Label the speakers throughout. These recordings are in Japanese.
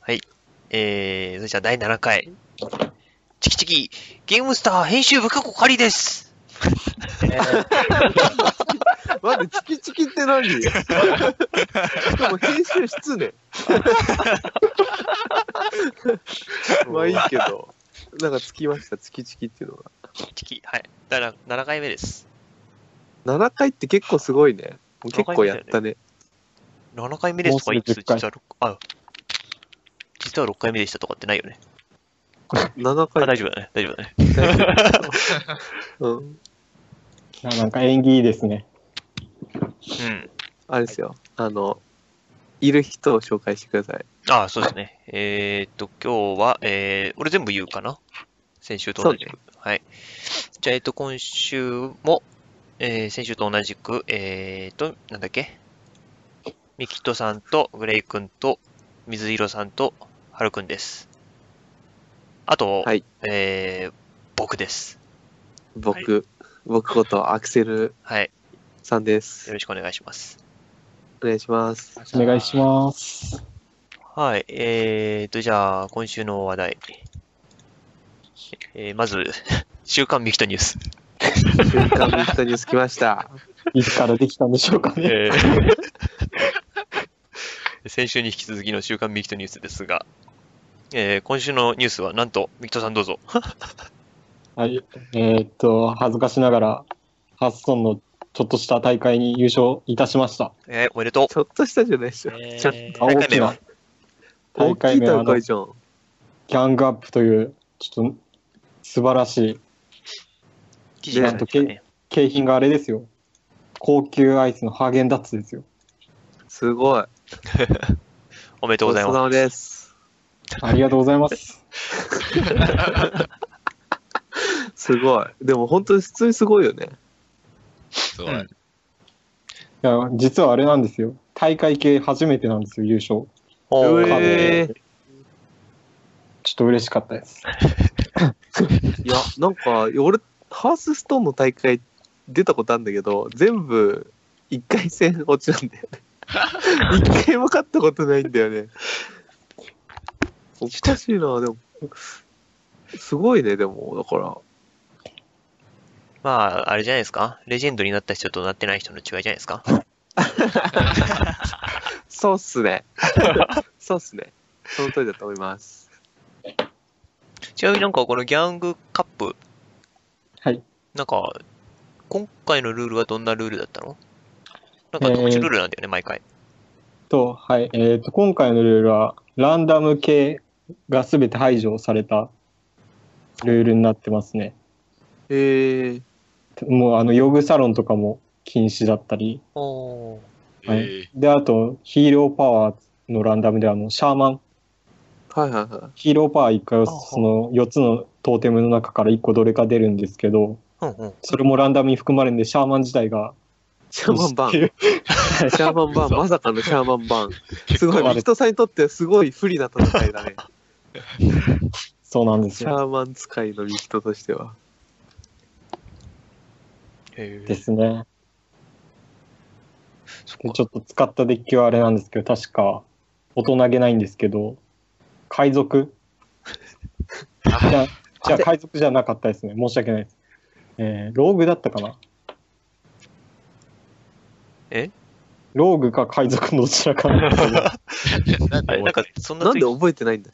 Speaker 1: はい。えー、それじゃあ第7回。チキチキ、ゲームスター編集部過去仮です。
Speaker 2: 待って、チキチキって何しかも編集室ね。 まあいいけど。なんかつきました、チキチキっていうのが。
Speaker 1: チキ、はい。第7回目です。
Speaker 2: 7回って結構すごいね。もう結構やったね。
Speaker 1: 7回目ですとか言いつつ、
Speaker 3: もうす
Speaker 1: 実は6、あ、実は6回目でしたとかってないよね。
Speaker 2: 7
Speaker 1: あ、
Speaker 2: 回。
Speaker 1: 大丈夫だね。大丈夫だね。
Speaker 2: うん。
Speaker 3: あなんか縁起いいですね。
Speaker 1: うん。
Speaker 2: あれですよ。あの、いる人を紹介してください。
Speaker 1: あそうですね。えーっと、今日は、えー、俺全部言うかな先週と同じく。はい。じゃあ、えーっと、今週も、えー、先週と同じく、えーっと、なんだっけミキトさんと、グレイ君と、水色さんと、ハル君です。あと、
Speaker 2: はい
Speaker 1: えー、僕です。
Speaker 2: 僕、僕ことアクセル
Speaker 1: はい。
Speaker 2: さんで
Speaker 1: よ
Speaker 2: す。
Speaker 1: ろしくお願いします。
Speaker 2: お願いします。
Speaker 3: お願いします。
Speaker 1: はい、えーと、じゃあ、今週の話題。えーまず、 週刊ミキトニュース。
Speaker 2: 瞬間の人に着きました。
Speaker 3: いつからできたんでしょうか ね。
Speaker 1: 先週に引き続きの週刊ミキトニュースですが、えー今週のニュースは、なんと、ミキトさんどうぞ。
Speaker 3: はい。えーっと、恥ずかしながら、ハッソンのちょっとした大会に優勝いたしました。
Speaker 1: えーおめでとう。
Speaker 2: ちょっとしたじゃないでしょ。
Speaker 4: えー
Speaker 1: ちょっ
Speaker 3: あ
Speaker 1: 大
Speaker 3: 大
Speaker 1: 会
Speaker 3: き
Speaker 1: 名は
Speaker 3: な、大
Speaker 2: 大き
Speaker 3: 会
Speaker 2: い
Speaker 3: 名はあ
Speaker 2: 大
Speaker 3: の
Speaker 2: 会
Speaker 3: ギ
Speaker 2: じゃん。
Speaker 3: ャングアップという、ちょっと素晴らしい、
Speaker 1: 記事が出てきたね
Speaker 3: 景品があれですよ。高級アイスのハーゲンダッツですよ。
Speaker 2: すごい。
Speaker 1: おめでとうございます。
Speaker 2: ごちそうさまです。
Speaker 3: ありがとうございます。
Speaker 2: すごい。でも本当に普通にすごいよね。
Speaker 4: すごい。
Speaker 1: うん
Speaker 3: いや、実はあれなんですよ。大会系初めてなんですよ、優勝。
Speaker 1: お
Speaker 2: う
Speaker 1: ー
Speaker 2: えー
Speaker 3: ちょっと嬉しかったです。
Speaker 2: いや、なんか、俺、ハースストーンの大会出たことあるんだけど、全部、一回戦落ちなんだ よね。一回も勝ったことないんだよね。おかしいな、でも。すごいね、でも、だから。
Speaker 1: まあ、あれじゃないですか。レジェンドになった人となってない人の違いじゃないですか。
Speaker 2: そうっ すね。そうっすね。その通りだと思います。
Speaker 1: ちなみになんかこのギャングカップ、
Speaker 3: はい。
Speaker 1: なんか、今回のルールはどんなルールだったのなんか特殊ルールなんだよね、毎回。
Speaker 3: と、はい、えっ、と、今回のルールは、ランダム系がすべて排除されたルールになってますね。
Speaker 2: えー、
Speaker 3: もう、あの、用具サロンとかも禁止だったり、
Speaker 1: おー
Speaker 4: え
Speaker 3: はい
Speaker 4: ー
Speaker 3: で、あと、ヒーローパワーのランダムで、あの、シャーマン、
Speaker 2: はいはいはい。
Speaker 3: ヒーローパワー一回を、
Speaker 1: あは
Speaker 3: その、4つのトーテムの中から1個どれか出るんですけど、
Speaker 1: うんうん。
Speaker 3: それもランダムに含まれるんで、シャーマン自体が、
Speaker 2: シャーマンバン。シャーマンバン、まさかのシャーマンバン。すご
Speaker 3: 結構あ
Speaker 2: い、
Speaker 3: れ
Speaker 2: 人さんにとってはすごい不利な戦いだね。
Speaker 3: そうなんです
Speaker 2: シ
Speaker 3: よ。
Speaker 2: ャーマン使いのミキトとしては。
Speaker 1: へ
Speaker 3: で
Speaker 1: え。
Speaker 3: すね。
Speaker 1: そっ
Speaker 3: で
Speaker 1: か
Speaker 3: ちょっと使ったデッキはあれなんですけど、確か、大人げないんですけど、海賊じ
Speaker 4: あ
Speaker 3: ゃじゃ
Speaker 2: あ
Speaker 3: あ
Speaker 2: れ
Speaker 3: 海賊じゃなかったですね。申し訳ないです。えー、ローグだったかな
Speaker 1: え
Speaker 3: ローグか海賊のどちらかなんですけ ど
Speaker 4: なん
Speaker 1: あれ、
Speaker 4: で
Speaker 1: なんか、そんな
Speaker 2: なん
Speaker 1: ツイ
Speaker 2: で覚えてないんだ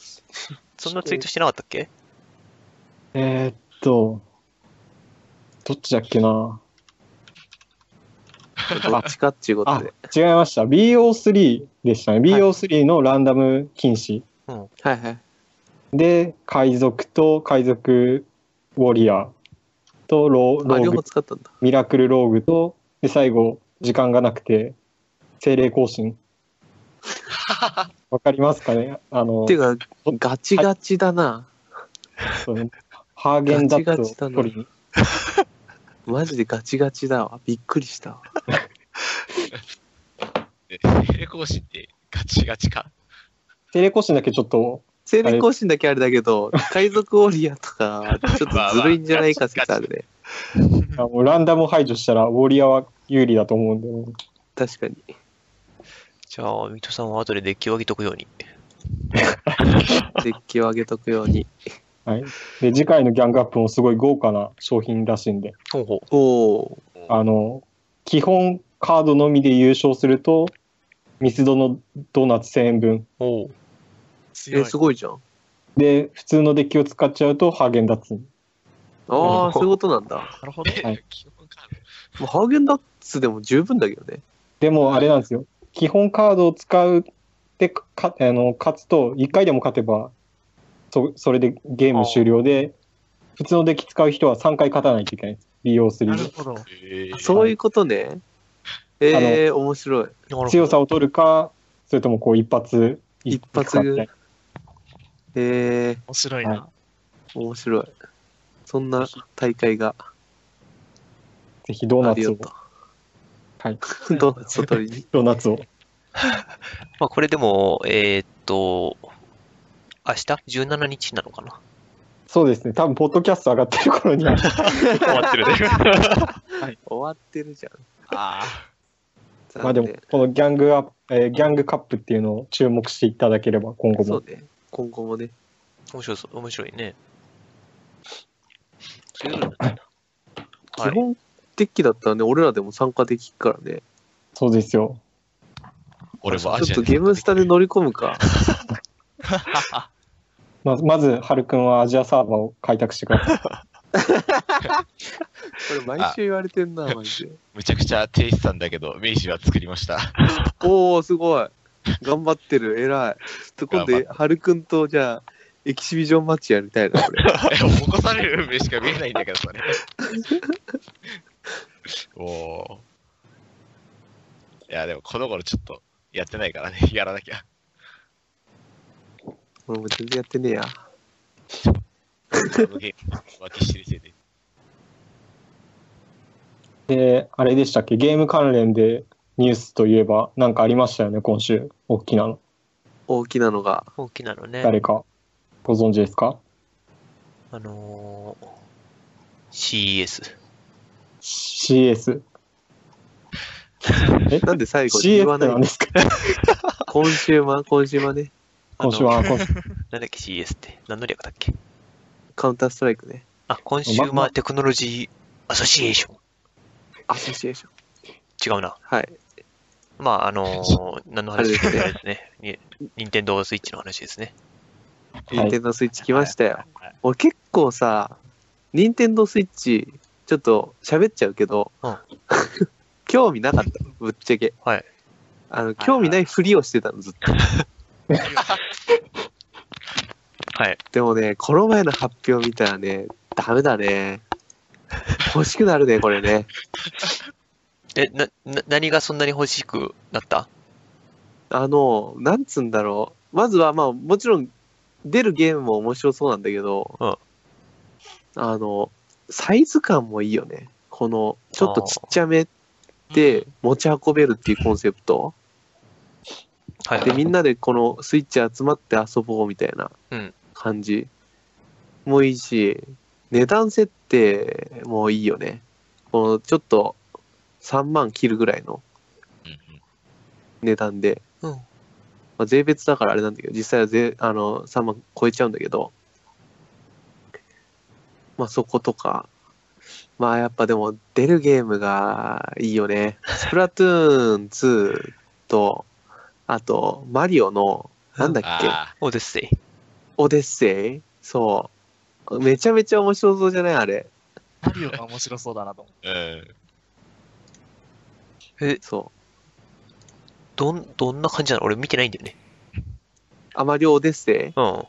Speaker 1: そんなツイートしてなかったっけ
Speaker 3: えーっと、どっちだっけな
Speaker 2: どっちかっていうこと
Speaker 3: あ
Speaker 2: で。、
Speaker 3: 違いました。BO3 でしたね。BO3 のランダム禁止。
Speaker 2: はいはい。
Speaker 3: で、海賊と海賊ウォリアーとロー
Speaker 2: あ、
Speaker 3: ロー
Speaker 2: 両
Speaker 3: グ
Speaker 2: 方使ったんだ。
Speaker 3: ミラクルローグと、で、最後、時間がなくて、精霊更 新。わかりますかねあの、
Speaker 2: っていうか、ガチガチだな。
Speaker 3: そのハーゲンダッツ
Speaker 2: ガチガチだ
Speaker 3: を
Speaker 2: な
Speaker 3: 取りに。
Speaker 2: マジでガチガチだわ。びっくりしたわ。
Speaker 4: 精霊講師ってガチガチか。
Speaker 3: 精霊更新だけちょっと、
Speaker 2: 精霊更新だけあれだけど、海賊オリアとか、ちょっとずるいんじゃないか説あるね。
Speaker 3: あのランダムを排除したら、ウォリアーは有利だと思うんで、ね、
Speaker 2: 確かに。
Speaker 1: じゃあ、ミトさんは後でデッキを上げとくように。
Speaker 2: デッキを上げとくように。
Speaker 3: はい。で、次回のギャングアップもすごい豪華な商品らしいんで、
Speaker 1: ほうほう。
Speaker 2: おお。
Speaker 3: あの、基本カードのみで優勝すると、ミスドのドーナツ1000円分。
Speaker 1: おう
Speaker 4: 強
Speaker 2: え、
Speaker 4: い。
Speaker 2: すごいじゃん。
Speaker 3: で、普通のデッキを使っちゃうと、ハーゲンダッツに。
Speaker 2: ああ、そういうことなんだ。
Speaker 1: なるほど。
Speaker 4: え
Speaker 3: はい
Speaker 4: 基本カー
Speaker 2: もうハーゲンダッツでも十分だけどね。
Speaker 3: でも、あれなんですよ。基本カードを使うでかかあの勝つと、1回でも勝てば、そそれでゲーム終了で、普通のデッキ使う人は3回勝たないといけないです。利用する以上。
Speaker 1: ほど。
Speaker 4: ドえー
Speaker 2: そういうことね。ええー、面白い。
Speaker 3: 強さを取るか、それともこう一発、
Speaker 2: 一発
Speaker 3: 一ね
Speaker 2: ええ
Speaker 1: 面白い
Speaker 3: な
Speaker 1: は
Speaker 2: ー、面白い。そんな大会が
Speaker 3: ぜひドー
Speaker 2: あ
Speaker 3: ナ
Speaker 2: る
Speaker 3: ツ
Speaker 2: よ
Speaker 3: を、
Speaker 2: と。
Speaker 3: はい、
Speaker 2: どうぞ取りに。
Speaker 3: ドーナツを。
Speaker 1: い。まあ、これでも、えーっと、明日 ?17 日なのかな
Speaker 3: そうですね、多分ポッドキャスト上がってる頃には、
Speaker 1: 終わってるね。
Speaker 2: 終わってるじゃん。
Speaker 4: あ
Speaker 3: まあでも
Speaker 2: 残、
Speaker 3: このギャングアップ、えーギャングカップっていうのを注目していただければ、今後
Speaker 2: 念そ
Speaker 3: も
Speaker 2: う。ね。今後もね。
Speaker 1: 面白そう、面白いね。そういうことなんだ
Speaker 2: 基本デッキだったらね、俺らでも参加できるからね。
Speaker 3: そうですよ。
Speaker 4: ー俺もア
Speaker 2: ち
Speaker 4: ジ
Speaker 2: ょっと
Speaker 4: ア
Speaker 2: ゲームスタで乗り込む か。
Speaker 3: まず、まず、はるくんはアジアサーバーを開拓してく ださい。
Speaker 2: これ毎週言われてんな、マジで。
Speaker 4: むちゃくちゃ低資産だけど、名刺は作りま した。
Speaker 2: おお、すごい。頑張ってる、偉い。ちょっと今
Speaker 4: 頑
Speaker 2: 度、はるくんとじゃあ、エキシビジョンマッチやりたいな、俺。
Speaker 4: え起こされる目しか見えないんだ けど、それ。おーいや、でもこの頃ちょっとやってないからね、やらな きゃ。
Speaker 2: 俺も全然やってねえや。
Speaker 4: このゲーム、浮気してるせいで。
Speaker 3: で、あれでしたっけ、ゲーム関連でニュースといえば、なんかありましたよね、今週。大きなの。
Speaker 2: 大きなのが。
Speaker 1: 大きなのね。
Speaker 3: 誰か、ご存知ですか
Speaker 1: あのー、CES。
Speaker 3: ?CS。え
Speaker 2: なんで最後に言
Speaker 3: ?CS
Speaker 2: わ
Speaker 3: っ
Speaker 2: な
Speaker 3: て何
Speaker 2: い
Speaker 3: ですか
Speaker 2: 今週は、今週はね、
Speaker 3: 今週は、今週
Speaker 1: なんだっけ CES って。何の略だっけ
Speaker 2: カウンターストライクね。
Speaker 1: あ、コンシューマーテクノロジーアソシエーショ
Speaker 2: アソシエーショ
Speaker 1: ン。違
Speaker 2: ン。
Speaker 1: うな。
Speaker 2: はい。
Speaker 1: まあ、あの ー、何の話ですか
Speaker 2: あれ
Speaker 1: ですね。に任天堂スイッチの話ですね。
Speaker 3: い
Speaker 2: ニンテンドースイッチ来ましたよ。
Speaker 4: はいはい
Speaker 2: 俺結構さ、ニンテンドースイッチ、ちょっと喋っちゃうけど、
Speaker 1: うん
Speaker 2: 興味なかった、ぶっちゃけ。
Speaker 1: はい
Speaker 2: あの、興味ないふりをしてたの、ずっと。
Speaker 1: はい。
Speaker 2: でもね、この前の発表見たらね、ダメだね。欲しくなるね、これね。
Speaker 1: え、な、な、何がそんなに欲しくなった
Speaker 2: あの、なんつうんだろう。まずは、まあ、もちろん、出るゲームも面白そうなんだけど、
Speaker 1: うん
Speaker 2: あの、サイズ感もいいよね。この、ちょっとちっちゃめで持ち運べるっていうコンセプト。
Speaker 1: はいはい。
Speaker 2: で、みんなでこのスイッチ集まって遊ぼうみたいな
Speaker 1: うん
Speaker 2: 感じもいいし、値段設定もいいよね。この、ちょっと3万切るぐらいの
Speaker 4: うんうん
Speaker 2: 値段で。
Speaker 1: うん。
Speaker 2: まあ、税別だからあれなんだけど、実際は税あの3万超えちゃうんだけど、まあそことか、まあやっぱでも出るゲームがいいよね。スプラトゥーン2と、あとマリオの、なんだっけ、
Speaker 4: あ
Speaker 1: オデッセイ。
Speaker 2: オデッセイそう。めちゃめちゃ面白そうじゃないあれ。
Speaker 5: マリオが面白そうだなと思って。
Speaker 4: あ、うん。
Speaker 2: そう。
Speaker 1: どん、どんな感じなの俺見てないんだよね。
Speaker 2: あまりオデッセイ
Speaker 1: うん。
Speaker 5: 動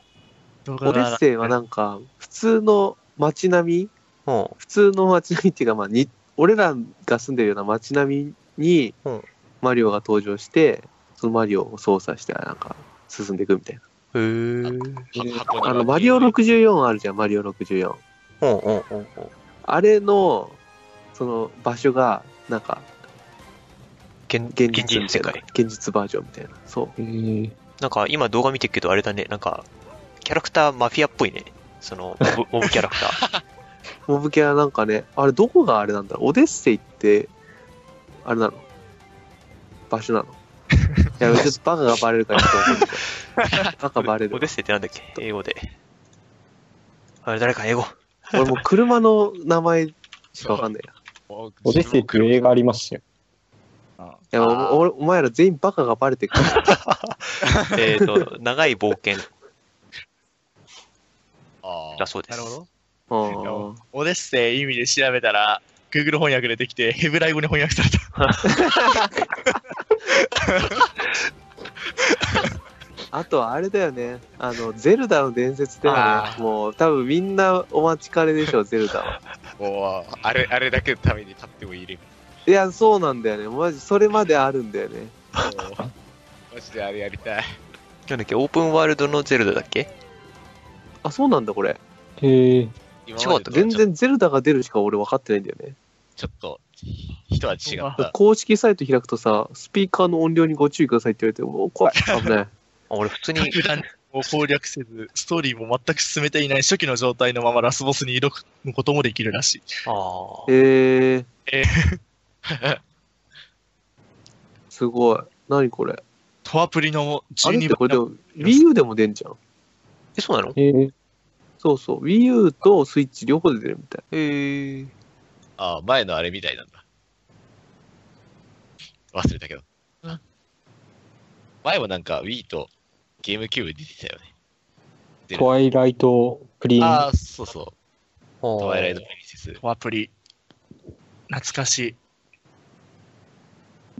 Speaker 5: 画
Speaker 2: オデ
Speaker 5: が
Speaker 2: ッセイはなんか、普通の街並み
Speaker 1: うん。
Speaker 2: 普通の街並みっていうか、まあ、に俺らが住んでるような街並みに
Speaker 1: うん
Speaker 2: マリオが登場して、そのマリオを操作してなんか進んでいくみたいな。
Speaker 1: へー。
Speaker 4: 箱に
Speaker 2: あのマリオ。64あるじゃん、マリオ64。
Speaker 1: うんうんうんうん。
Speaker 2: あれのその場所がなんか
Speaker 1: 現
Speaker 2: 現
Speaker 1: 現
Speaker 2: 実み
Speaker 1: 実
Speaker 2: た
Speaker 1: 世
Speaker 2: いな
Speaker 1: 界。
Speaker 2: 現実バージョンみたいな。そう。
Speaker 3: えー
Speaker 1: なんか今動画見てるけどあれだね、なんか、キャラクターマフィアっぽいね。その、モ ブモブキャラクター。
Speaker 2: モブ系はなんかね、あれどこがあれなんだろうオデッセイって、 あれなの場所なのいや、ちょっとバカがバレるからちょっと思うんだけど赤バレ
Speaker 1: オ
Speaker 2: る。
Speaker 1: デッセイってなんだっけ英語で。あれ、誰か英語。
Speaker 2: 俺もう車の名前しかわかんないや。
Speaker 4: オ
Speaker 3: オデッセイっていう映画ありますよ。
Speaker 2: いや
Speaker 1: あー
Speaker 2: おおお前ら全員バカがバレてるから
Speaker 1: えっと、長い冒険
Speaker 4: あ
Speaker 1: だそうで
Speaker 5: な
Speaker 1: す
Speaker 5: る。ほど。
Speaker 2: うん
Speaker 5: オデッセイ意味で調べたら、Google 翻訳出てきて、ヘブライ語に翻訳された。
Speaker 2: あとはあれだよね。あの、ゼルダの伝説だよ
Speaker 5: あ
Speaker 2: ね。もう多分みんなお待ちかねでしょ、 ゼルダは。
Speaker 4: あ。もう、あれ、あれだけのために立ってもいる。
Speaker 2: いや、そうなんだよね。マジ、それまであるんだよね。
Speaker 4: もう マジであれやりたい。
Speaker 1: なんだっけオープンワールドのゼルダだっけ
Speaker 2: あ、そうなんだ、これ。
Speaker 3: へえ。
Speaker 4: 今までと
Speaker 2: 全
Speaker 4: ちょ
Speaker 2: 然ゼルダが出るしか俺分かってないんだよね。
Speaker 4: ちょっと、人は違った。
Speaker 2: 公式サイト開くとさ、スピーカーの音量にご注意くださいって言われて、もう 怖い。危な
Speaker 1: あ
Speaker 2: い。
Speaker 1: 俺、普通に、
Speaker 5: 普段を攻略せず、ストーリーも全く進めていない初期の状態のままラスボスに挑むこともできるらしい。
Speaker 1: あー
Speaker 2: えー。
Speaker 5: え
Speaker 2: すごい。何これ。
Speaker 5: トアプリの
Speaker 2: あれっ
Speaker 5: 12
Speaker 2: てこ
Speaker 5: 番
Speaker 2: れでも Wii U でも出んじゃん。
Speaker 1: え、そうなの
Speaker 3: へえ。
Speaker 2: そうそう。Wii U と Switch 両方で出るみたい。
Speaker 1: えー、
Speaker 4: ああ、前のあれみたいなんだ。忘れたけど。前もなんか Wii とゲームキューブ出てたよね。
Speaker 3: トワイライトプリン。
Speaker 4: ああ、そうそう。
Speaker 1: ト
Speaker 4: トワイライトプリンセス。
Speaker 5: トアプリ。懐かしい。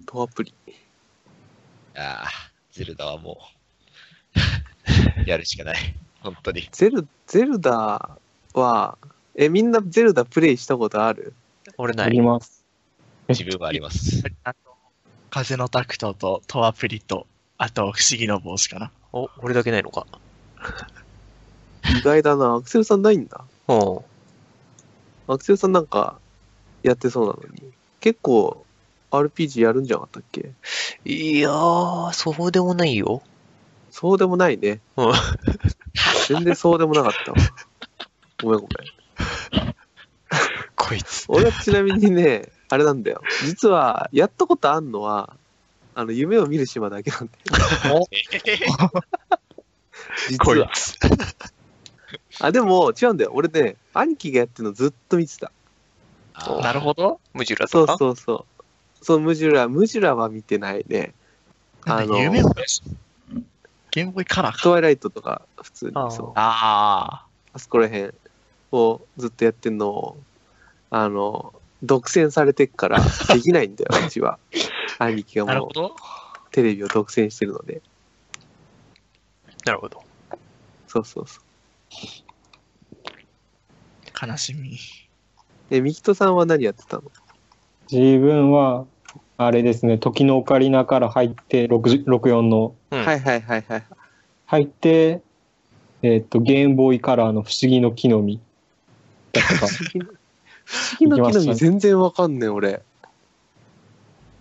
Speaker 2: とアプリ。
Speaker 4: ああ、ゼルダはも う、やるしかない。本当に。
Speaker 2: ゼル、ゼルダは、え、みんなゼルダプレイしたことある
Speaker 1: 俺な
Speaker 3: あり
Speaker 1: い。
Speaker 3: ます。
Speaker 4: 自分はあります。
Speaker 5: あと風のタクトとトアプリと、あと不思議の帽子かな。
Speaker 1: お、俺だけないのか。
Speaker 2: 意外だな。ア クセルさんないんだ。
Speaker 1: うん。
Speaker 2: アクセルさんなんか、やってそうなのに。結構、RPG やるんじゃなかったっけ
Speaker 1: いやー、そうでもないよ。
Speaker 2: そうでもないね
Speaker 1: うん。
Speaker 2: 全然そうでもなかったわ。ごめんごめん。
Speaker 1: こいつ。
Speaker 2: 俺はちなみにね、あれなんだよ。実は、やったことあんのは、あの、夢を見る島だけなんだよ。実
Speaker 1: こい
Speaker 2: は。
Speaker 1: つ。
Speaker 2: あ、でも、違うんだよ。俺ね、兄貴がやってるのずっと見てた。
Speaker 4: ああ
Speaker 5: なるほど。
Speaker 1: ムジュラ
Speaker 2: そ
Speaker 1: と
Speaker 2: う
Speaker 1: か
Speaker 2: そうそう。そう、ムジュラ、ムジュラは見てないね。あの、
Speaker 5: 夢をゲームボーイカラーか。
Speaker 2: トワイライトとか、普通に
Speaker 1: あー
Speaker 2: そう。
Speaker 5: あ
Speaker 2: あそこら辺をずっとやってんのを、あの、独占されてっからできないんだよ、う ちは。兄貴
Speaker 5: あ、な
Speaker 2: が
Speaker 5: る
Speaker 2: も
Speaker 5: ほど。
Speaker 2: うテレビを独占してるので。
Speaker 1: なるほど。
Speaker 2: そうそうそう。
Speaker 5: 悲しみ。
Speaker 2: え、ミキトさんは何やってたの
Speaker 3: 自分は、あれですね、時のオカリナから入って、60 64の、
Speaker 1: うん。
Speaker 2: はいはいはいはい。
Speaker 3: 入って、えっ、と、ゲームボーイカラーの不思議の木の実だった か。
Speaker 2: 不思議の木の実全然わかんねえ、俺。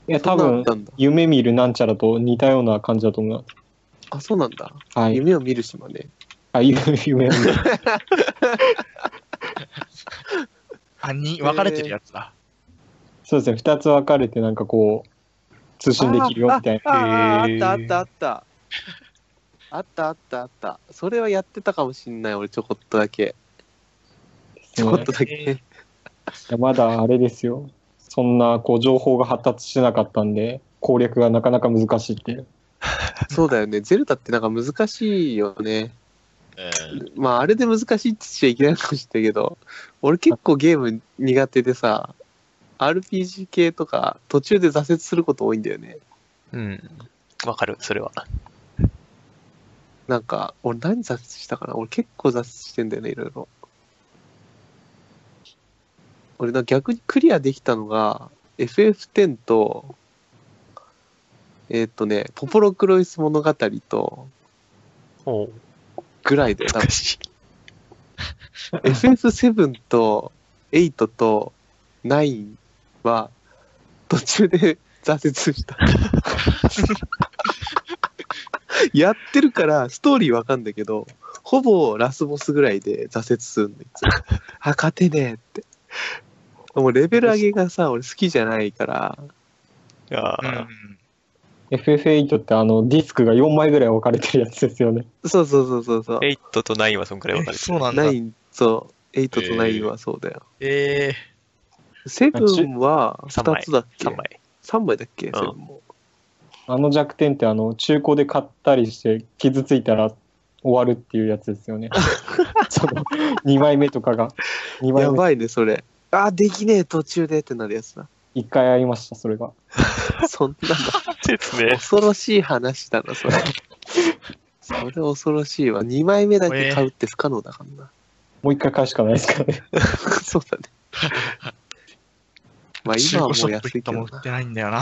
Speaker 3: いや、
Speaker 2: そん
Speaker 3: 多
Speaker 2: なのあ
Speaker 3: 分
Speaker 2: っ、たんだ。
Speaker 3: 夢見るなんちゃらと似たような感じだと思う
Speaker 2: あ、そうなんだ。
Speaker 3: な。はい。
Speaker 2: 夢を見る島ね。
Speaker 3: あ、夢、 夢を見る。
Speaker 5: あ、に、分かれてるやつだ。
Speaker 3: そうですね、二つ分かれて、なんかこう、通信できるよみたいな。
Speaker 2: ああ
Speaker 5: へー
Speaker 2: ああったあったあった。あったあったあった。それはやってたかもしんない、俺ちょこっとだけ。ちょこっとだけ。
Speaker 3: いやまだあれですよ。そんな、こう、情報が発達してなかったんで、攻略がなかなか難しいっていう。
Speaker 2: そうだよね。ゼルダってなんか難しいよね。
Speaker 4: うん
Speaker 2: まあ、あれで難しいって言っちゃいけないのかもしれないけど、俺結構ゲーム苦手でさ、RPG 系とか途中で挫折すること多いんだよね。
Speaker 1: うん。わかる、それは。
Speaker 2: なんか、俺何挫折したかな俺結構挫折してんだよね、いろいろ。俺な、逆にクリアできたのが、FF10 と、えーっ、とね、ポポロクロイス物語と、
Speaker 1: おう。
Speaker 2: ぐらいで、多分
Speaker 1: 難しい。
Speaker 2: FF7 と8と9は途中で 挫折した。やってるからストーリーわかんだけど、ほぼラスボスぐらいで挫折するんだいつもあ、勝てねえって。もうレベル上げがさ、俺好きじゃないから、
Speaker 1: あ
Speaker 5: う
Speaker 1: ー
Speaker 5: ん。
Speaker 3: い FF8 ってあのディスクが4枚ぐらい分かれてるやつですよね。
Speaker 2: そうそうそうそうそう。
Speaker 1: 8と9はそんくらい分か
Speaker 5: え
Speaker 1: れて
Speaker 5: そ
Speaker 1: る
Speaker 5: う。なんだ。
Speaker 2: ナイン、そう、8と9はそうだよ。
Speaker 5: え
Speaker 2: セブンは
Speaker 1: 三枚
Speaker 2: 2つだっけ
Speaker 1: 3枚。
Speaker 2: ?3 枚だっけセブンも。
Speaker 3: あの弱点ってあの中古で買ったりして傷ついたら終わるっていうやつで すよね。その2枚目とかが。2枚
Speaker 2: や
Speaker 3: 目。
Speaker 2: ばいね、それ。あー、できねえ、途中でってなるやつだ。
Speaker 3: 1回ありました、それが。
Speaker 2: そんな
Speaker 1: 説
Speaker 2: の、
Speaker 1: 明。
Speaker 2: 恐ろしい話だな、それ。それ恐ろしいわ。2枚目だけ買うって不可能だからな。
Speaker 3: もう1回買うしかないですからね。
Speaker 2: そうだね。 まあ
Speaker 5: ー、中
Speaker 2: 今は
Speaker 5: 古
Speaker 2: も
Speaker 5: シ
Speaker 2: う
Speaker 5: ョッ
Speaker 2: 安
Speaker 5: プ
Speaker 2: い
Speaker 5: 行
Speaker 2: け
Speaker 5: ったも
Speaker 2: ど
Speaker 5: ん売
Speaker 2: な
Speaker 5: っ。てないんだよな。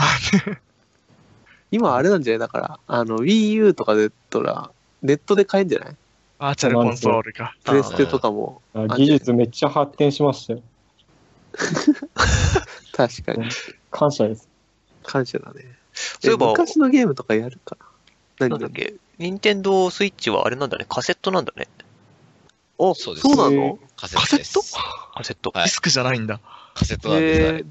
Speaker 2: 今あれなんじゃないだから、あの、Wii U とかでとら、ネットで買えんじゃない
Speaker 5: バーチャルコンソールか。
Speaker 2: プレステとかも。
Speaker 3: あ技術めっちゃ発展しましたよ。
Speaker 2: 確かに。
Speaker 3: 感謝です。
Speaker 2: 感謝だね。
Speaker 1: そういえば
Speaker 2: え昔のゲームとかやるかな
Speaker 1: な
Speaker 2: 何
Speaker 1: んだっけ任天堂スイッチはあれなんだね。カセットなんだね。
Speaker 2: あ、
Speaker 4: そうです
Speaker 2: そうなの
Speaker 4: カセットです。
Speaker 1: カセット。
Speaker 4: はい
Speaker 5: ディスクじゃないんだ。
Speaker 4: カセットなんです、あれ
Speaker 2: えー、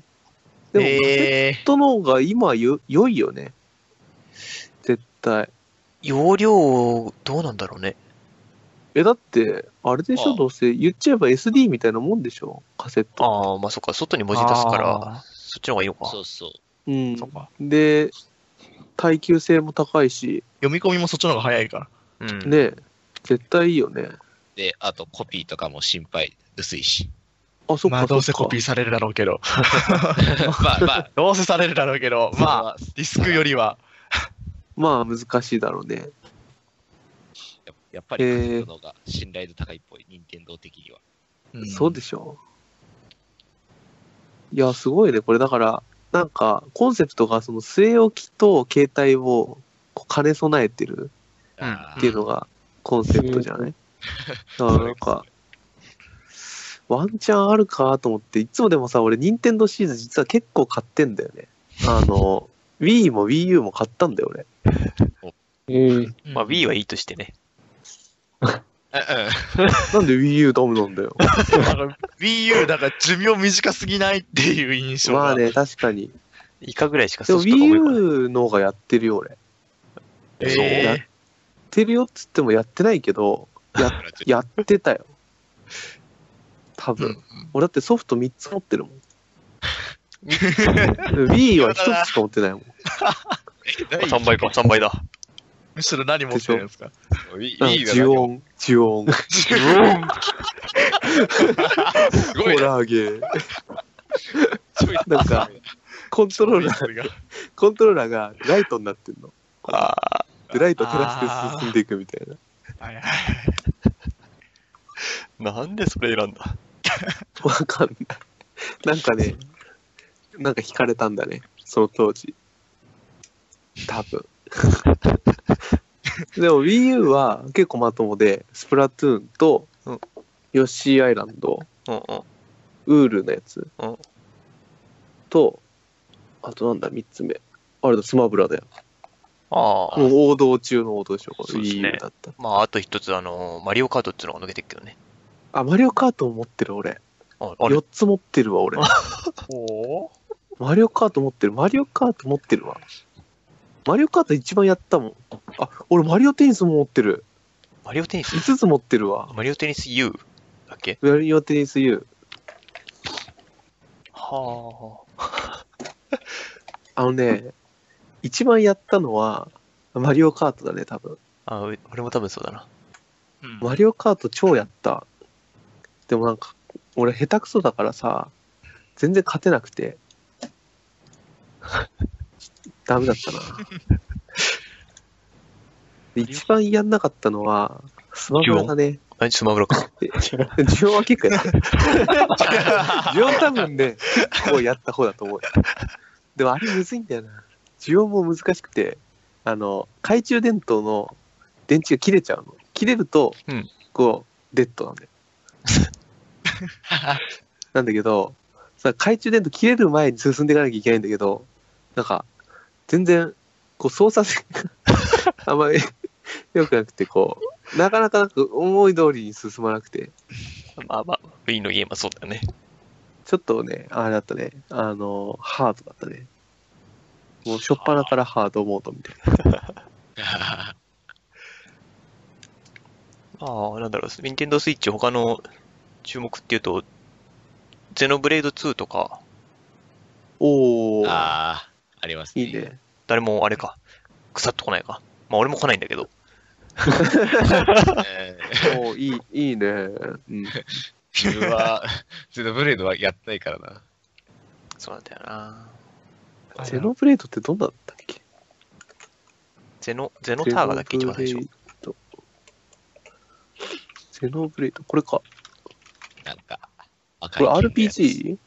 Speaker 2: でも、
Speaker 1: え
Speaker 2: カセットの方が今よ良いよね。絶対。
Speaker 1: 容量、どうなんだろうね。
Speaker 2: え、だって、あれでし
Speaker 4: あ
Speaker 2: ょ
Speaker 4: あ
Speaker 2: どうせ、言っちゃえば SD みたいなもんでしょカセット。
Speaker 1: ああ、まあそっか。外に文字出すから、
Speaker 5: あ
Speaker 1: そっちの方がいいのか。
Speaker 4: そうそ
Speaker 2: う
Speaker 4: う。
Speaker 2: ん
Speaker 5: ー。そっか。
Speaker 2: で、耐久性も高いし、
Speaker 5: 読み込みもそっちの方が早いから。
Speaker 1: うん。
Speaker 2: ねえ、絶対いいよね。
Speaker 4: で、あとコピーとかも心配、薄 いし。
Speaker 2: あ、そっか。
Speaker 5: まあどうせ
Speaker 2: そっ
Speaker 5: コ
Speaker 2: か
Speaker 5: ピーされるだろうけど。
Speaker 4: まあまあ、
Speaker 5: どうせされるだろうけど、まあ、
Speaker 4: あ、
Speaker 5: ディスクよりは。
Speaker 2: まあ難しいだろうね。
Speaker 4: ややっぱりカセットの方が信頼度高いっぽい、任天堂的には。
Speaker 2: そうでしょいや、すごいね。これだから、なんか、コンセプトがその据え置きと携帯をこう兼ね備えてる
Speaker 1: うん
Speaker 4: あー
Speaker 2: っていうのがコンセプトじゃない、だからなんか、ワンチャンあるかと思って、いつもでもさ、俺、任天堂シリーズ実は結構買ってんだよね。あの、Wii も Wii U も買ったんだよ、俺。
Speaker 3: えー、
Speaker 1: まあ Wii はいいとしてね。
Speaker 4: うんうん
Speaker 2: なんで Wii U ダメなんだよ。
Speaker 5: なんか Wii U だから寿命短すぎないっていう印象が。
Speaker 2: まあね、確かに。
Speaker 1: 以下ぐらいしか
Speaker 2: で
Speaker 1: ソ
Speaker 2: も
Speaker 1: フトが思い浮かばない
Speaker 2: Wii U の方がやってるよ、俺。
Speaker 5: えー
Speaker 2: そうやってるよっつってもやってないけど、や
Speaker 4: だからちょっと
Speaker 2: やってたよ。多
Speaker 5: うん
Speaker 2: 分。俺だってソフト3つ持ってるも ん。Wii は1つしか持ってないもん。
Speaker 1: あ3倍か、3倍だ。
Speaker 5: むしろ何持ってるんですか
Speaker 4: ウィ
Speaker 2: なんか
Speaker 4: ーが
Speaker 2: 呪音、呪音、
Speaker 4: す
Speaker 2: ホ
Speaker 4: ごいな、
Speaker 2: ラーゲー。
Speaker 4: ちょい
Speaker 2: なんかコントローラー、
Speaker 5: ーが。
Speaker 2: コントローラーがライトになってんの。
Speaker 1: ああ、
Speaker 2: で、ライト照らして進んでいくみたいな。
Speaker 5: はいはい
Speaker 1: なんでそれ選んだ
Speaker 2: わかんない。なんかね、なんか惹かれたんだね。その当時。多分。 でも Wii U は結構まともで、スプラトゥーンと
Speaker 1: うん、
Speaker 2: ヨッシーアイランド、
Speaker 1: うんうん。
Speaker 2: ウールのやつ、
Speaker 1: うん
Speaker 2: とあとなんだ3つ目あれだスマブラだよ
Speaker 1: ああ、
Speaker 2: もう王道中の王道でしょこれ
Speaker 1: そうですね
Speaker 2: Wii U だったら
Speaker 1: まああと一つ、あのーマリオカートっていうのが抜けてるけどね。
Speaker 2: あマリオカートも持ってる俺
Speaker 1: ああれ
Speaker 2: 4つ持ってるわ 俺
Speaker 5: おー
Speaker 2: マリオカート持ってるマリオカート持ってるわマリオカート一番やったもんあ俺マリオテニスも持ってる
Speaker 1: マリオテニス
Speaker 2: 5つ持ってるわ
Speaker 1: マリオテニス U だっけ
Speaker 2: マリオテニス U
Speaker 1: は
Speaker 2: あのね一番やったのはマリオカートだね多分
Speaker 1: あ。あう俺も多分そうだな。
Speaker 5: うん
Speaker 2: マリオカート超やった。でもなんか、俺下手くそだからさ、全然勝てなくて。 ダメだ ったな。で一番やんなかったのは、スマブラだね。
Speaker 1: 何スマブラか。
Speaker 2: ジオンは結構やった。ジオン多分ね、結構やった方だと思うよ。でもあれむずいんだよな。ジオンも難しくて、あの、懐中電灯の電池が切れちゃうの。切れると、
Speaker 1: うん
Speaker 2: こう、デッドな んだよ。なんだけど、さ、懐中電灯切れる前に進んでいかなきゃいけないんだけど、なんか、全然、こう、操 作性があんまり良くなくて、こう、なかなかなんか思い通りに進まなくて、
Speaker 1: まあまあ、ウィーンのゲームはそうだね。
Speaker 2: ちょっとね、あれだったね、あの、ハードだったね。もう初っ端からハードモードみたいな。
Speaker 1: ああ、なんだろう、ニンテンドースイッチ他の注目っていうと、ゼノブレード2とか、
Speaker 2: おお、
Speaker 4: ああ、ありますね。
Speaker 2: いいね。
Speaker 1: 誰もあれか、腐ってこないか。まあ俺も来ないんだけど。
Speaker 4: え
Speaker 2: おお、いい、いいね。うん。
Speaker 4: ー。自分は、ゼノブレードはやってないからな。
Speaker 1: そうなんだよな。
Speaker 2: ゼノブレードってどんなんだったっけ
Speaker 1: ゼノ、ゼノターガだっけ一番最初。
Speaker 2: 初。ゼノブレード、これか。
Speaker 4: なんか、
Speaker 2: こ
Speaker 4: 赤
Speaker 2: れ
Speaker 4: い剣のやつ
Speaker 2: RPG?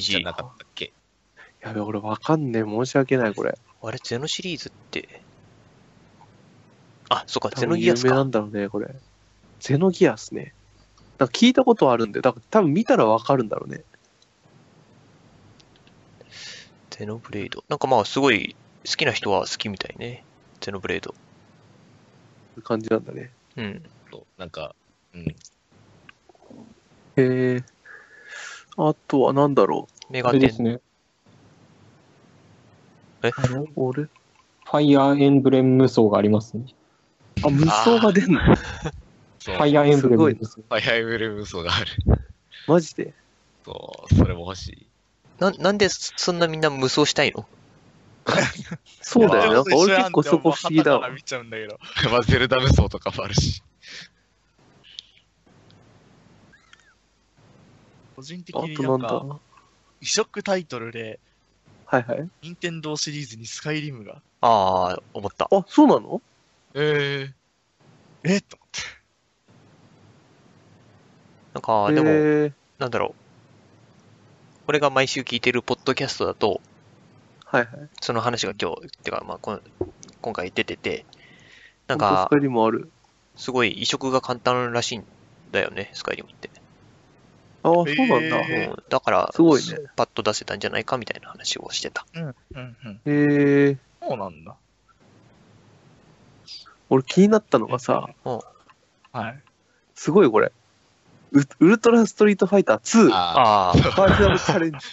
Speaker 4: じゃ
Speaker 1: RPG
Speaker 4: な。かったっけ
Speaker 2: やべ、俺わかんねえ。申し訳ない、これ。
Speaker 1: あれ、ゼノシリーズって。あ、そっか、
Speaker 2: 多
Speaker 1: ゼノ
Speaker 2: 分
Speaker 1: ギ
Speaker 2: 有
Speaker 1: アス
Speaker 2: 名な
Speaker 1: か。
Speaker 2: んだろうね、これ。ゼノギアスね。なんか聞いたことあるんで、多分多分見たらわかるんだろうね。
Speaker 1: ゼノブレード。なんかまあ、すごい好きな人は好きみたいね。ゼノブレード。
Speaker 2: 感じなんだね。
Speaker 1: うん。
Speaker 4: そうなんか、うん。
Speaker 2: へえ。あとは何だろ
Speaker 1: メ
Speaker 3: あ
Speaker 1: ガ
Speaker 3: れ
Speaker 1: テ
Speaker 3: です
Speaker 1: ン。
Speaker 3: ね。
Speaker 1: え
Speaker 3: あの
Speaker 2: う。俺、
Speaker 3: ファイアーエンブレム無双がありますね。
Speaker 2: あ、無双が出んの
Speaker 4: そ
Speaker 3: フ
Speaker 4: う、
Speaker 3: ァイアーエンブレム無双。
Speaker 4: ファイアエムブレム嘘がある。
Speaker 2: マジで。
Speaker 4: そう、それも欲しい。
Speaker 1: な、なんでそんなみんな無双したいの
Speaker 2: そうだよね。なんか俺結構そこ不思議だ
Speaker 5: わ
Speaker 2: わ。
Speaker 5: 見ちゃうんだけど。
Speaker 4: まあ、ゼルダ無双とかもあるし。
Speaker 5: 個人的
Speaker 2: あ
Speaker 5: に
Speaker 2: と
Speaker 5: な
Speaker 2: なんんだ
Speaker 5: か、異色タイトルで、
Speaker 2: はいはい。
Speaker 5: 任天堂シリーズにスカイリムが。
Speaker 1: ああ、思った。
Speaker 2: あ、そうなの
Speaker 4: え
Speaker 5: えっと思って。
Speaker 1: なんか、
Speaker 2: へ
Speaker 1: でも、
Speaker 2: え。
Speaker 1: なんだろう。俺が毎週聞いてるポッドキャストだと、
Speaker 2: はいはい。
Speaker 1: その話が今日、てか、まあ、こん今回出てて、な
Speaker 2: なんん
Speaker 1: か
Speaker 2: か、、光もある。
Speaker 1: すごい移植が簡単らしいんだよね、スカイリムって。
Speaker 2: あ、そうなんだ。
Speaker 5: へ
Speaker 1: うん、だから、
Speaker 2: すごいね
Speaker 1: パッと出せたんじゃないかみたいな話を してた。
Speaker 5: うんうん。
Speaker 2: へえ。
Speaker 5: そうなんだ。
Speaker 2: 俺気になったのがさ、
Speaker 5: はい。
Speaker 2: すごいこれ。ウウルトラストリートファイター
Speaker 4: ー、
Speaker 2: 2、
Speaker 4: ああ、
Speaker 1: ああ、
Speaker 2: バーチャルチャレンジ、チ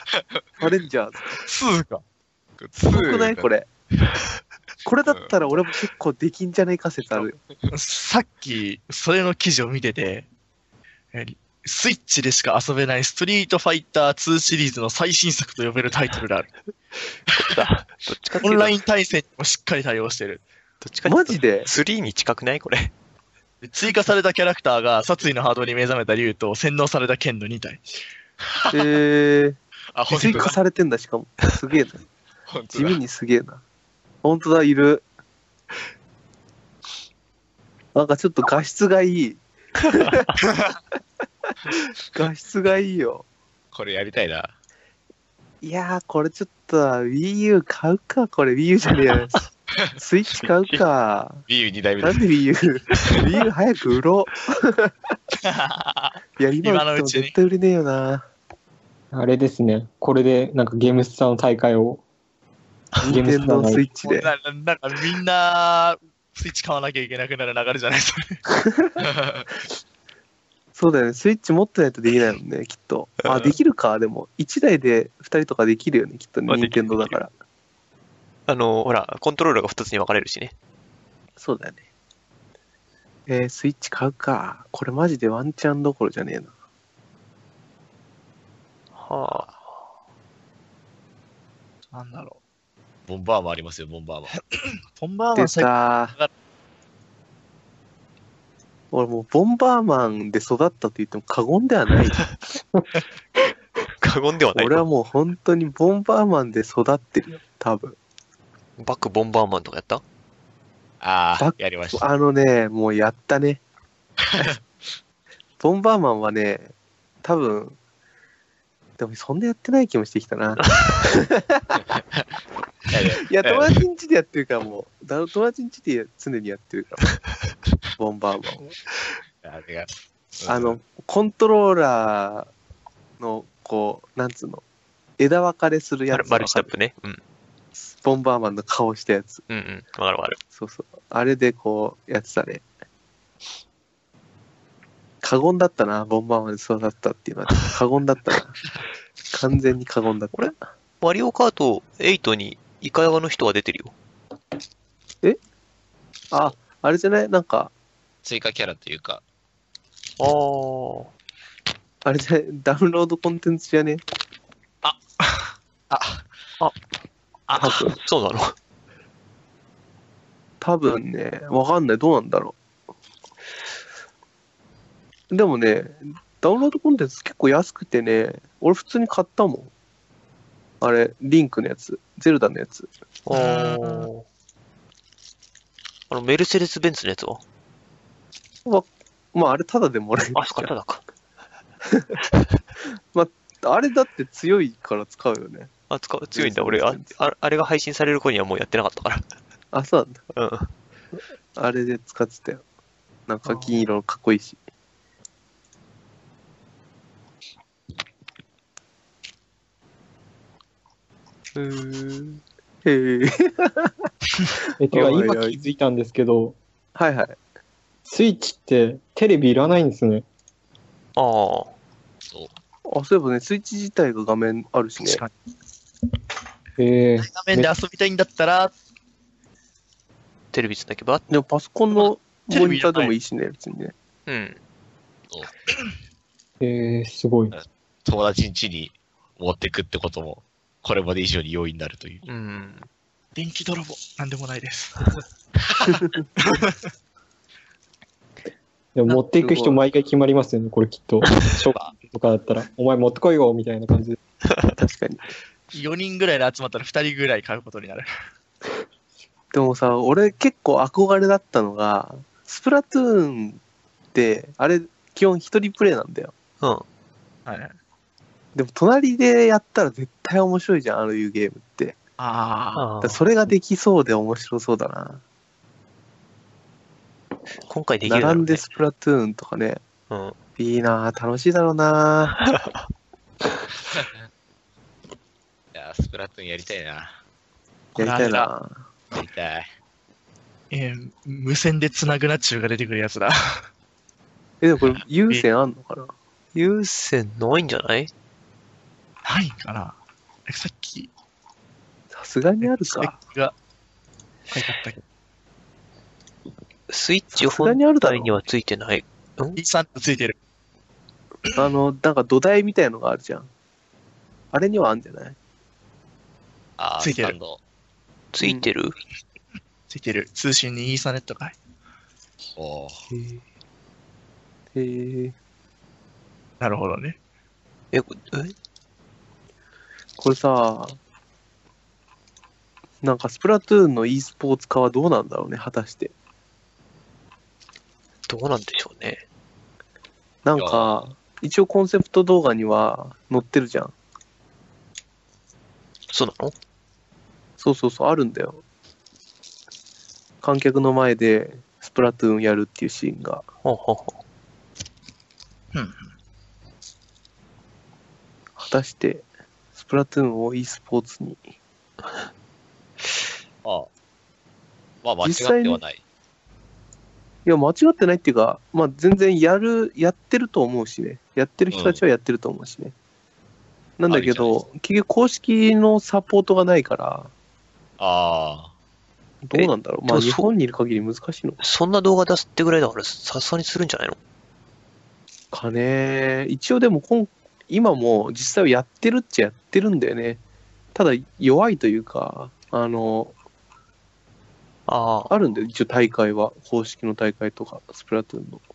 Speaker 2: ャレンジャーズ。
Speaker 5: 2か。
Speaker 4: す
Speaker 2: すごくないこ
Speaker 4: れ。
Speaker 2: れ。これだったら俺も結構できんじゃねえか説ある。
Speaker 5: さっき、それの記事を見てて、えスイッチでしか遊べないストリートファイター2シリーズの最新作と呼べるタイトルであ る。
Speaker 1: どっちかっていうと、
Speaker 5: オン
Speaker 1: ど
Speaker 5: ラ
Speaker 1: っ
Speaker 5: イン対戦にもしっかり対応してる。
Speaker 1: ちかってい
Speaker 2: マ
Speaker 1: うと
Speaker 2: ジで
Speaker 1: 3に近くないこれ。
Speaker 5: で追加されたキャラクターが殺意の波動に目覚めた竜と洗脳された剣の2体。
Speaker 2: へえ。
Speaker 4: あ、本
Speaker 2: 追
Speaker 4: 当
Speaker 2: 加
Speaker 4: だ。
Speaker 2: されてんだ、しかも。すげえな。
Speaker 4: 本当
Speaker 2: 地
Speaker 4: だ
Speaker 2: 味にすげえな。ほんとだ、いる。なんかちょっと画質がい い。画質がいいよ。
Speaker 4: これやりたいな。
Speaker 2: いやー、これちょっと Wii U 買うか、これ Wii U じゃねえ や。スイッチ買うか。
Speaker 4: BU2 代目
Speaker 2: な
Speaker 4: だ
Speaker 2: ん。で Wii U? Wii U 早く売ろ う。いや、今
Speaker 5: 今の
Speaker 2: 売って
Speaker 5: う
Speaker 2: も
Speaker 5: ちに
Speaker 2: 絶対売れねえよな。
Speaker 3: あれですね。これで、なんかゲームスタの大会を、ゲームスタ
Speaker 2: Nintendo
Speaker 3: の
Speaker 2: Switch
Speaker 5: もう
Speaker 2: で。
Speaker 5: ななんかみんな、スイッチ買わなきゃいけなくなる流れじゃないそれ。
Speaker 2: そうだよね、スイッチ持ってないとできないもんね、きっと。あ、できるか、でも、1台で2人とかできるよね、きっとね、
Speaker 1: まあで
Speaker 2: 任
Speaker 1: きる
Speaker 2: 天堂だから。
Speaker 1: あの、ほら、コントローラーが2つに分かれるしね。
Speaker 2: そうだよね。えー、スイッチ買うか。これマジでワンチャンどころじゃねえな。
Speaker 1: はあ。
Speaker 5: なんだろ
Speaker 4: ボンバーマンありますよ、ボンバーマ
Speaker 5: う。
Speaker 4: ン。
Speaker 5: ボンバーマ
Speaker 2: 出
Speaker 5: ン最近
Speaker 2: た。俺もう、ボンバーマンで育ったと言っても過言ではない。
Speaker 1: 過言ではない。
Speaker 2: 俺はもう本当にボンバーマンで育ってるよ、多分。
Speaker 1: バックボンバーマンとかやった
Speaker 4: あ
Speaker 2: バ
Speaker 4: あ
Speaker 2: ッ、
Speaker 4: やりました。
Speaker 2: あのね、もうやったね。ボンバーマンはね、多分、でもそんなやってない気もしてきたな。
Speaker 4: いやいや
Speaker 2: いや、友達ん家でやってるからもう、だ友達ん家で常にやってるから、ボンバーマンを。
Speaker 4: あてか
Speaker 2: あの、、コントローラーの、こう、なんつうの、枝分かれするや
Speaker 1: マ
Speaker 2: つ
Speaker 1: ル
Speaker 2: わかる。
Speaker 1: マルチタップね。うん。
Speaker 2: ボンバーマンの顔したやつ。
Speaker 1: うんうん。わかるわかる。
Speaker 2: そうそう。あれでこう、やってたね。過言だったな、ボンバーマンで育ったっていうのは。過言だったな。完全に過言だった。
Speaker 1: 俺マリオカート8にイカヤの人は出てるよ。
Speaker 2: あ、あれじゃないなんか、
Speaker 4: 追加キャラというか、
Speaker 1: あ
Speaker 2: あれじゃないダウンロードコンテンツじゃね
Speaker 4: あ、
Speaker 2: 多分
Speaker 1: あ、そうなの。
Speaker 2: 多分ね、わかんない。どうなんだろう。でもね、ダウンロードコンテンツ結構安くてね、俺普通に買ったもん。あれ、リンクのやつ、ゼルダのやつ。
Speaker 1: あーあの、メルセデス・ベンツのやつは
Speaker 2: まああれタダでもらえる
Speaker 1: あ、そっか、ただか。
Speaker 2: あれだって強いから使うよね。
Speaker 1: あ、使う、強いんだ、俺。あ、ああれが配信される頃にはもうやってなかったか
Speaker 2: あ、そうなんだ。
Speaker 1: ら。うん。
Speaker 2: あれで使ってたよ。なんか金色のかっこいいし。
Speaker 1: うーん。
Speaker 2: へえ。
Speaker 3: え、てか
Speaker 2: おいおい
Speaker 3: 今気づいたんですけど、
Speaker 2: はいはい。
Speaker 3: スイッチってテレビいらないんですね。
Speaker 1: ああ。
Speaker 4: そう。
Speaker 2: あ、そういえばね、スイッチ自体が画面あるしね。
Speaker 5: 確かに
Speaker 3: へえ。
Speaker 5: 画面で遊びたいんだったら、
Speaker 1: テレビつなげば
Speaker 2: でもパソコンの
Speaker 5: テレ
Speaker 2: モ
Speaker 5: ビ
Speaker 2: ニ
Speaker 5: じゃ
Speaker 2: タ
Speaker 5: な
Speaker 2: ーで
Speaker 5: い
Speaker 2: もいいしね、別にね。
Speaker 1: うん。
Speaker 3: へえ、すごい。
Speaker 4: 友達ん家に持ってくってことも、これまで以上に容易になるという。
Speaker 1: うん。
Speaker 5: 電気泥棒、なんでもないです。
Speaker 3: でも持っていく人毎回決まりますよね、これきっと。小学生とかだった ら、お前持ってこいよ、みたいな感じで。
Speaker 2: 確かに。
Speaker 5: 4人ぐらいで集まったら2人ぐらい買うことになる。
Speaker 2: でもさ、俺結構憧れだったのが、スプラトゥーンって、あれ、基本一人プレイなんだよ。
Speaker 1: うん。
Speaker 5: はい、
Speaker 2: でも隣でやったら絶対面白いじゃん、ああいうゲームって。
Speaker 5: ああ、
Speaker 1: あ
Speaker 2: だから
Speaker 1: ー
Speaker 2: それができそうで面白そうだな。
Speaker 1: 今回できるだろう
Speaker 2: 並ん
Speaker 1: ね
Speaker 2: でスプラトゥーンとかね。
Speaker 1: うん。
Speaker 2: いいなぁ楽しいだろうない
Speaker 4: やー、スプラトゥーンやりたいな。
Speaker 2: ぁやりたいなぁ
Speaker 4: やりたい。
Speaker 5: えー無線で繋ぐな中が出てくるやつだ。
Speaker 2: え、でもこれ、有線あんのかな
Speaker 1: 有線ないんじゃない
Speaker 5: ないんかなえさっき、
Speaker 2: さすがにある
Speaker 5: スペ
Speaker 2: か。
Speaker 5: ックが書いてあったけど、
Speaker 1: スイッチ
Speaker 2: さすが
Speaker 1: 本
Speaker 2: にあるだろ
Speaker 1: 体にはついてない。
Speaker 5: E3 ついてる。
Speaker 2: あの、なんか土台みたいのがあるじゃん。あれにはあんじゃない
Speaker 4: あー
Speaker 5: ついてる
Speaker 4: スタンド。
Speaker 1: ついてる
Speaker 5: ついてる。通信に E3 ネットかい。
Speaker 4: おー
Speaker 2: へえ。
Speaker 5: なるほどね。
Speaker 1: え、こえ
Speaker 2: これさ、なんかスプラトゥーンの e スポーツ化はどうなんだろうね、果たして。
Speaker 1: どうなんでしょうね。
Speaker 2: なんか、一応コンセプト動画には載ってるじゃん。
Speaker 1: そうなの
Speaker 2: そうそうそう、あるんだよ。観客の前でスプラトゥーンやるっていうシーンが。
Speaker 1: ほうほうほう。
Speaker 2: 果たして、スプラトゥーンを e スポーツに。
Speaker 4: ああ。まあ、間違
Speaker 2: 実際
Speaker 4: っ
Speaker 2: に
Speaker 4: てはない。
Speaker 2: いや、間違ってないっていうか、まあ、全然やる、やってると思うしね。やってる人たちはやってると思うしね。なんだけ
Speaker 4: あいい
Speaker 2: ど、結局公式のサポートがないから、
Speaker 4: あ
Speaker 2: どうなんだろう。
Speaker 1: え
Speaker 2: まあ、
Speaker 1: でも
Speaker 2: 日
Speaker 1: そう
Speaker 2: 本にいる限り難しいの
Speaker 1: そんな動画出すってぐらいだから、さすがにするんじゃないの
Speaker 2: かね。一応でも今、今も実際はやってるっちゃやってるんだよね。ただ、弱いというか、あの、
Speaker 1: ああ。
Speaker 2: あるんだよ。一応大会は。公式の大会とか、スプラトゥーンの。
Speaker 4: あ。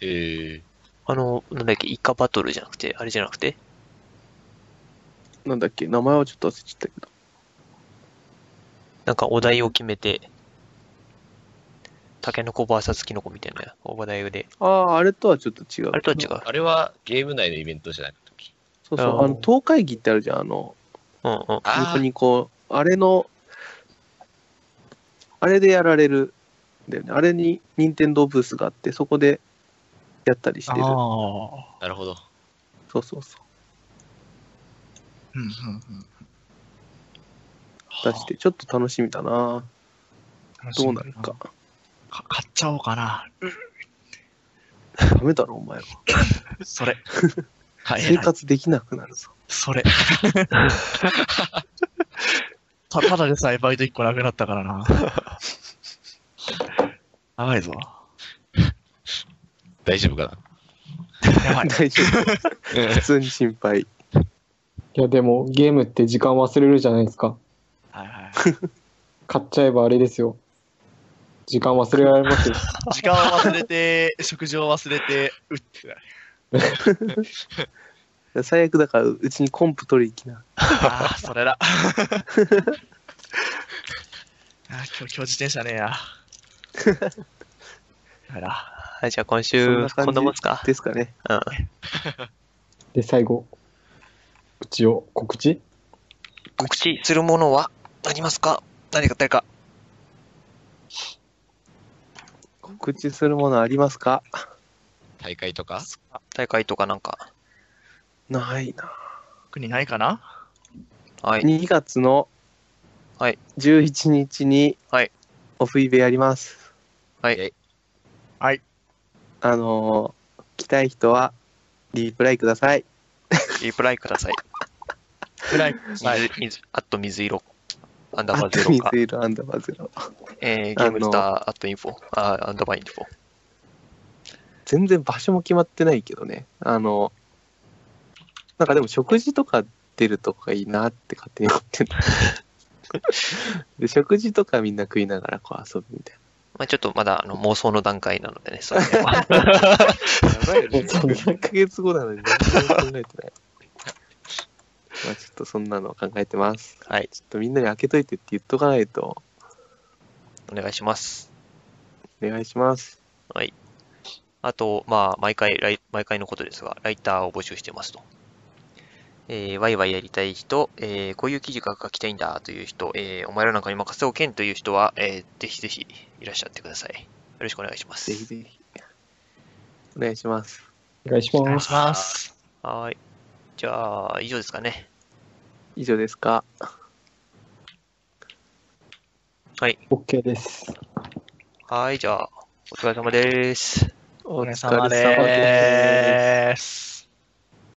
Speaker 4: ええ
Speaker 1: あの、なんだっけ、イカバトルじゃなくて、あれじゃなくて、
Speaker 2: なんだっけ、名前はちょっと忘れちゃったけど。
Speaker 1: なんかお題を決めて、タケノコ VS キノコみたいなお題で。
Speaker 2: ああ、あれとはちょっと違う
Speaker 1: あ。れとは違う。
Speaker 4: あれはゲーム内のイベントじゃなかったっけ
Speaker 2: そう
Speaker 1: あ
Speaker 2: そう。
Speaker 1: ー
Speaker 2: あの、東会議ってあるじゃん。あの、
Speaker 1: うんうん。
Speaker 2: ニ
Speaker 4: あ
Speaker 2: コニコ、あれの、あれでやられるんだよね。あれに、任天堂ブースがあって、そこでやったりしてる。
Speaker 5: あ。
Speaker 4: あ、なるほど。
Speaker 2: そうそうそう。
Speaker 5: うんうんうん。
Speaker 2: 出して、ちょっと楽しみだな。
Speaker 5: 楽し
Speaker 2: どう
Speaker 5: み
Speaker 2: な
Speaker 5: だ
Speaker 2: るか。。
Speaker 5: か買っちゃおうかな。
Speaker 2: ダメだろ、お前は。
Speaker 5: それ。はい
Speaker 2: 生活できなくなるぞ。
Speaker 5: それ。 たただでさえバイト1個なくなったから な。長いぞ。
Speaker 4: 大丈夫か
Speaker 5: やばい。
Speaker 2: 大丈夫。
Speaker 4: な
Speaker 2: 普通に心配。
Speaker 3: いや、でもゲームって時間忘れるじゃないですか。
Speaker 5: はいはい、
Speaker 3: 買っちゃえばあれですよ。時間忘れられます よ。
Speaker 5: 時間を忘れて、食事を忘れて、うってなる。
Speaker 2: 最悪だから、うちにコンプ取り行きな。
Speaker 5: ああ、それだ。あー今日、今日自転車ねえや。あら、
Speaker 1: はい、じゃあ今
Speaker 2: そ
Speaker 1: 週
Speaker 2: んな、感じ
Speaker 1: こんなもんすか
Speaker 2: ですかね。
Speaker 1: うん。
Speaker 3: で、最後、一応告 知
Speaker 1: 告知するものはありますか何か誰か。
Speaker 2: 告知するものありますか
Speaker 4: 大会とか
Speaker 1: 大会とかなんか。
Speaker 2: ないな。
Speaker 5: 国ないかな
Speaker 1: はい。
Speaker 2: 2月の
Speaker 1: はい
Speaker 2: 11日に
Speaker 1: はい
Speaker 2: オフイベやります。
Speaker 1: はい
Speaker 5: はい。
Speaker 2: あのー来たい人はリプライください。
Speaker 1: リプライください。
Speaker 5: ぐらい。はい。
Speaker 1: 水、水、あと水色。アン
Speaker 2: ア
Speaker 1: ダーバ
Speaker 2: ッ
Speaker 1: ーゼ
Speaker 2: ト
Speaker 1: ロ
Speaker 2: ミ
Speaker 1: か
Speaker 2: ズ。イルアンダーバーゼロ。
Speaker 1: えー、ゲームスター、アットインフォ。あ、アンダーバーインフォ。
Speaker 2: 全然場所も決まってないけどね。あのなんかでも食事とか出るとかいいなって勝手に思ってんだで食事とかみんな食いながらこう遊ぶみたい
Speaker 1: まあちょっとまだあの妄想の段階なのでね、それは。
Speaker 2: な。やばい
Speaker 3: ねそんな
Speaker 2: 1ヶ月後なのに何も考えてない。まあちょっとそんなの考えてます。
Speaker 1: はい。
Speaker 2: ちょっとみんなに開けといてって言っとかないと、
Speaker 1: お願いし ます。
Speaker 2: お願いします。
Speaker 1: あと、まあ毎回、ライ毎回のことですが、ライターを募集してますと。えー、ワイワイやりたい人、えー、こういう記事が書きたいんだという人、えー、お前らなんかに任せおけんという人は、えー、ぜひぜひいらっしゃってください。よろしくお願いしま
Speaker 2: ぜひ
Speaker 1: す。
Speaker 2: ぜひ。お願いします。
Speaker 3: お願いし
Speaker 5: お願
Speaker 3: ま
Speaker 5: い
Speaker 3: す。
Speaker 5: します。
Speaker 1: はーい。じゃあ、以上ですかね。
Speaker 2: 以上ですか。
Speaker 3: OK です。
Speaker 1: はい、じゃあ、お疲れ様です。
Speaker 2: お
Speaker 5: お疲れ様でーす。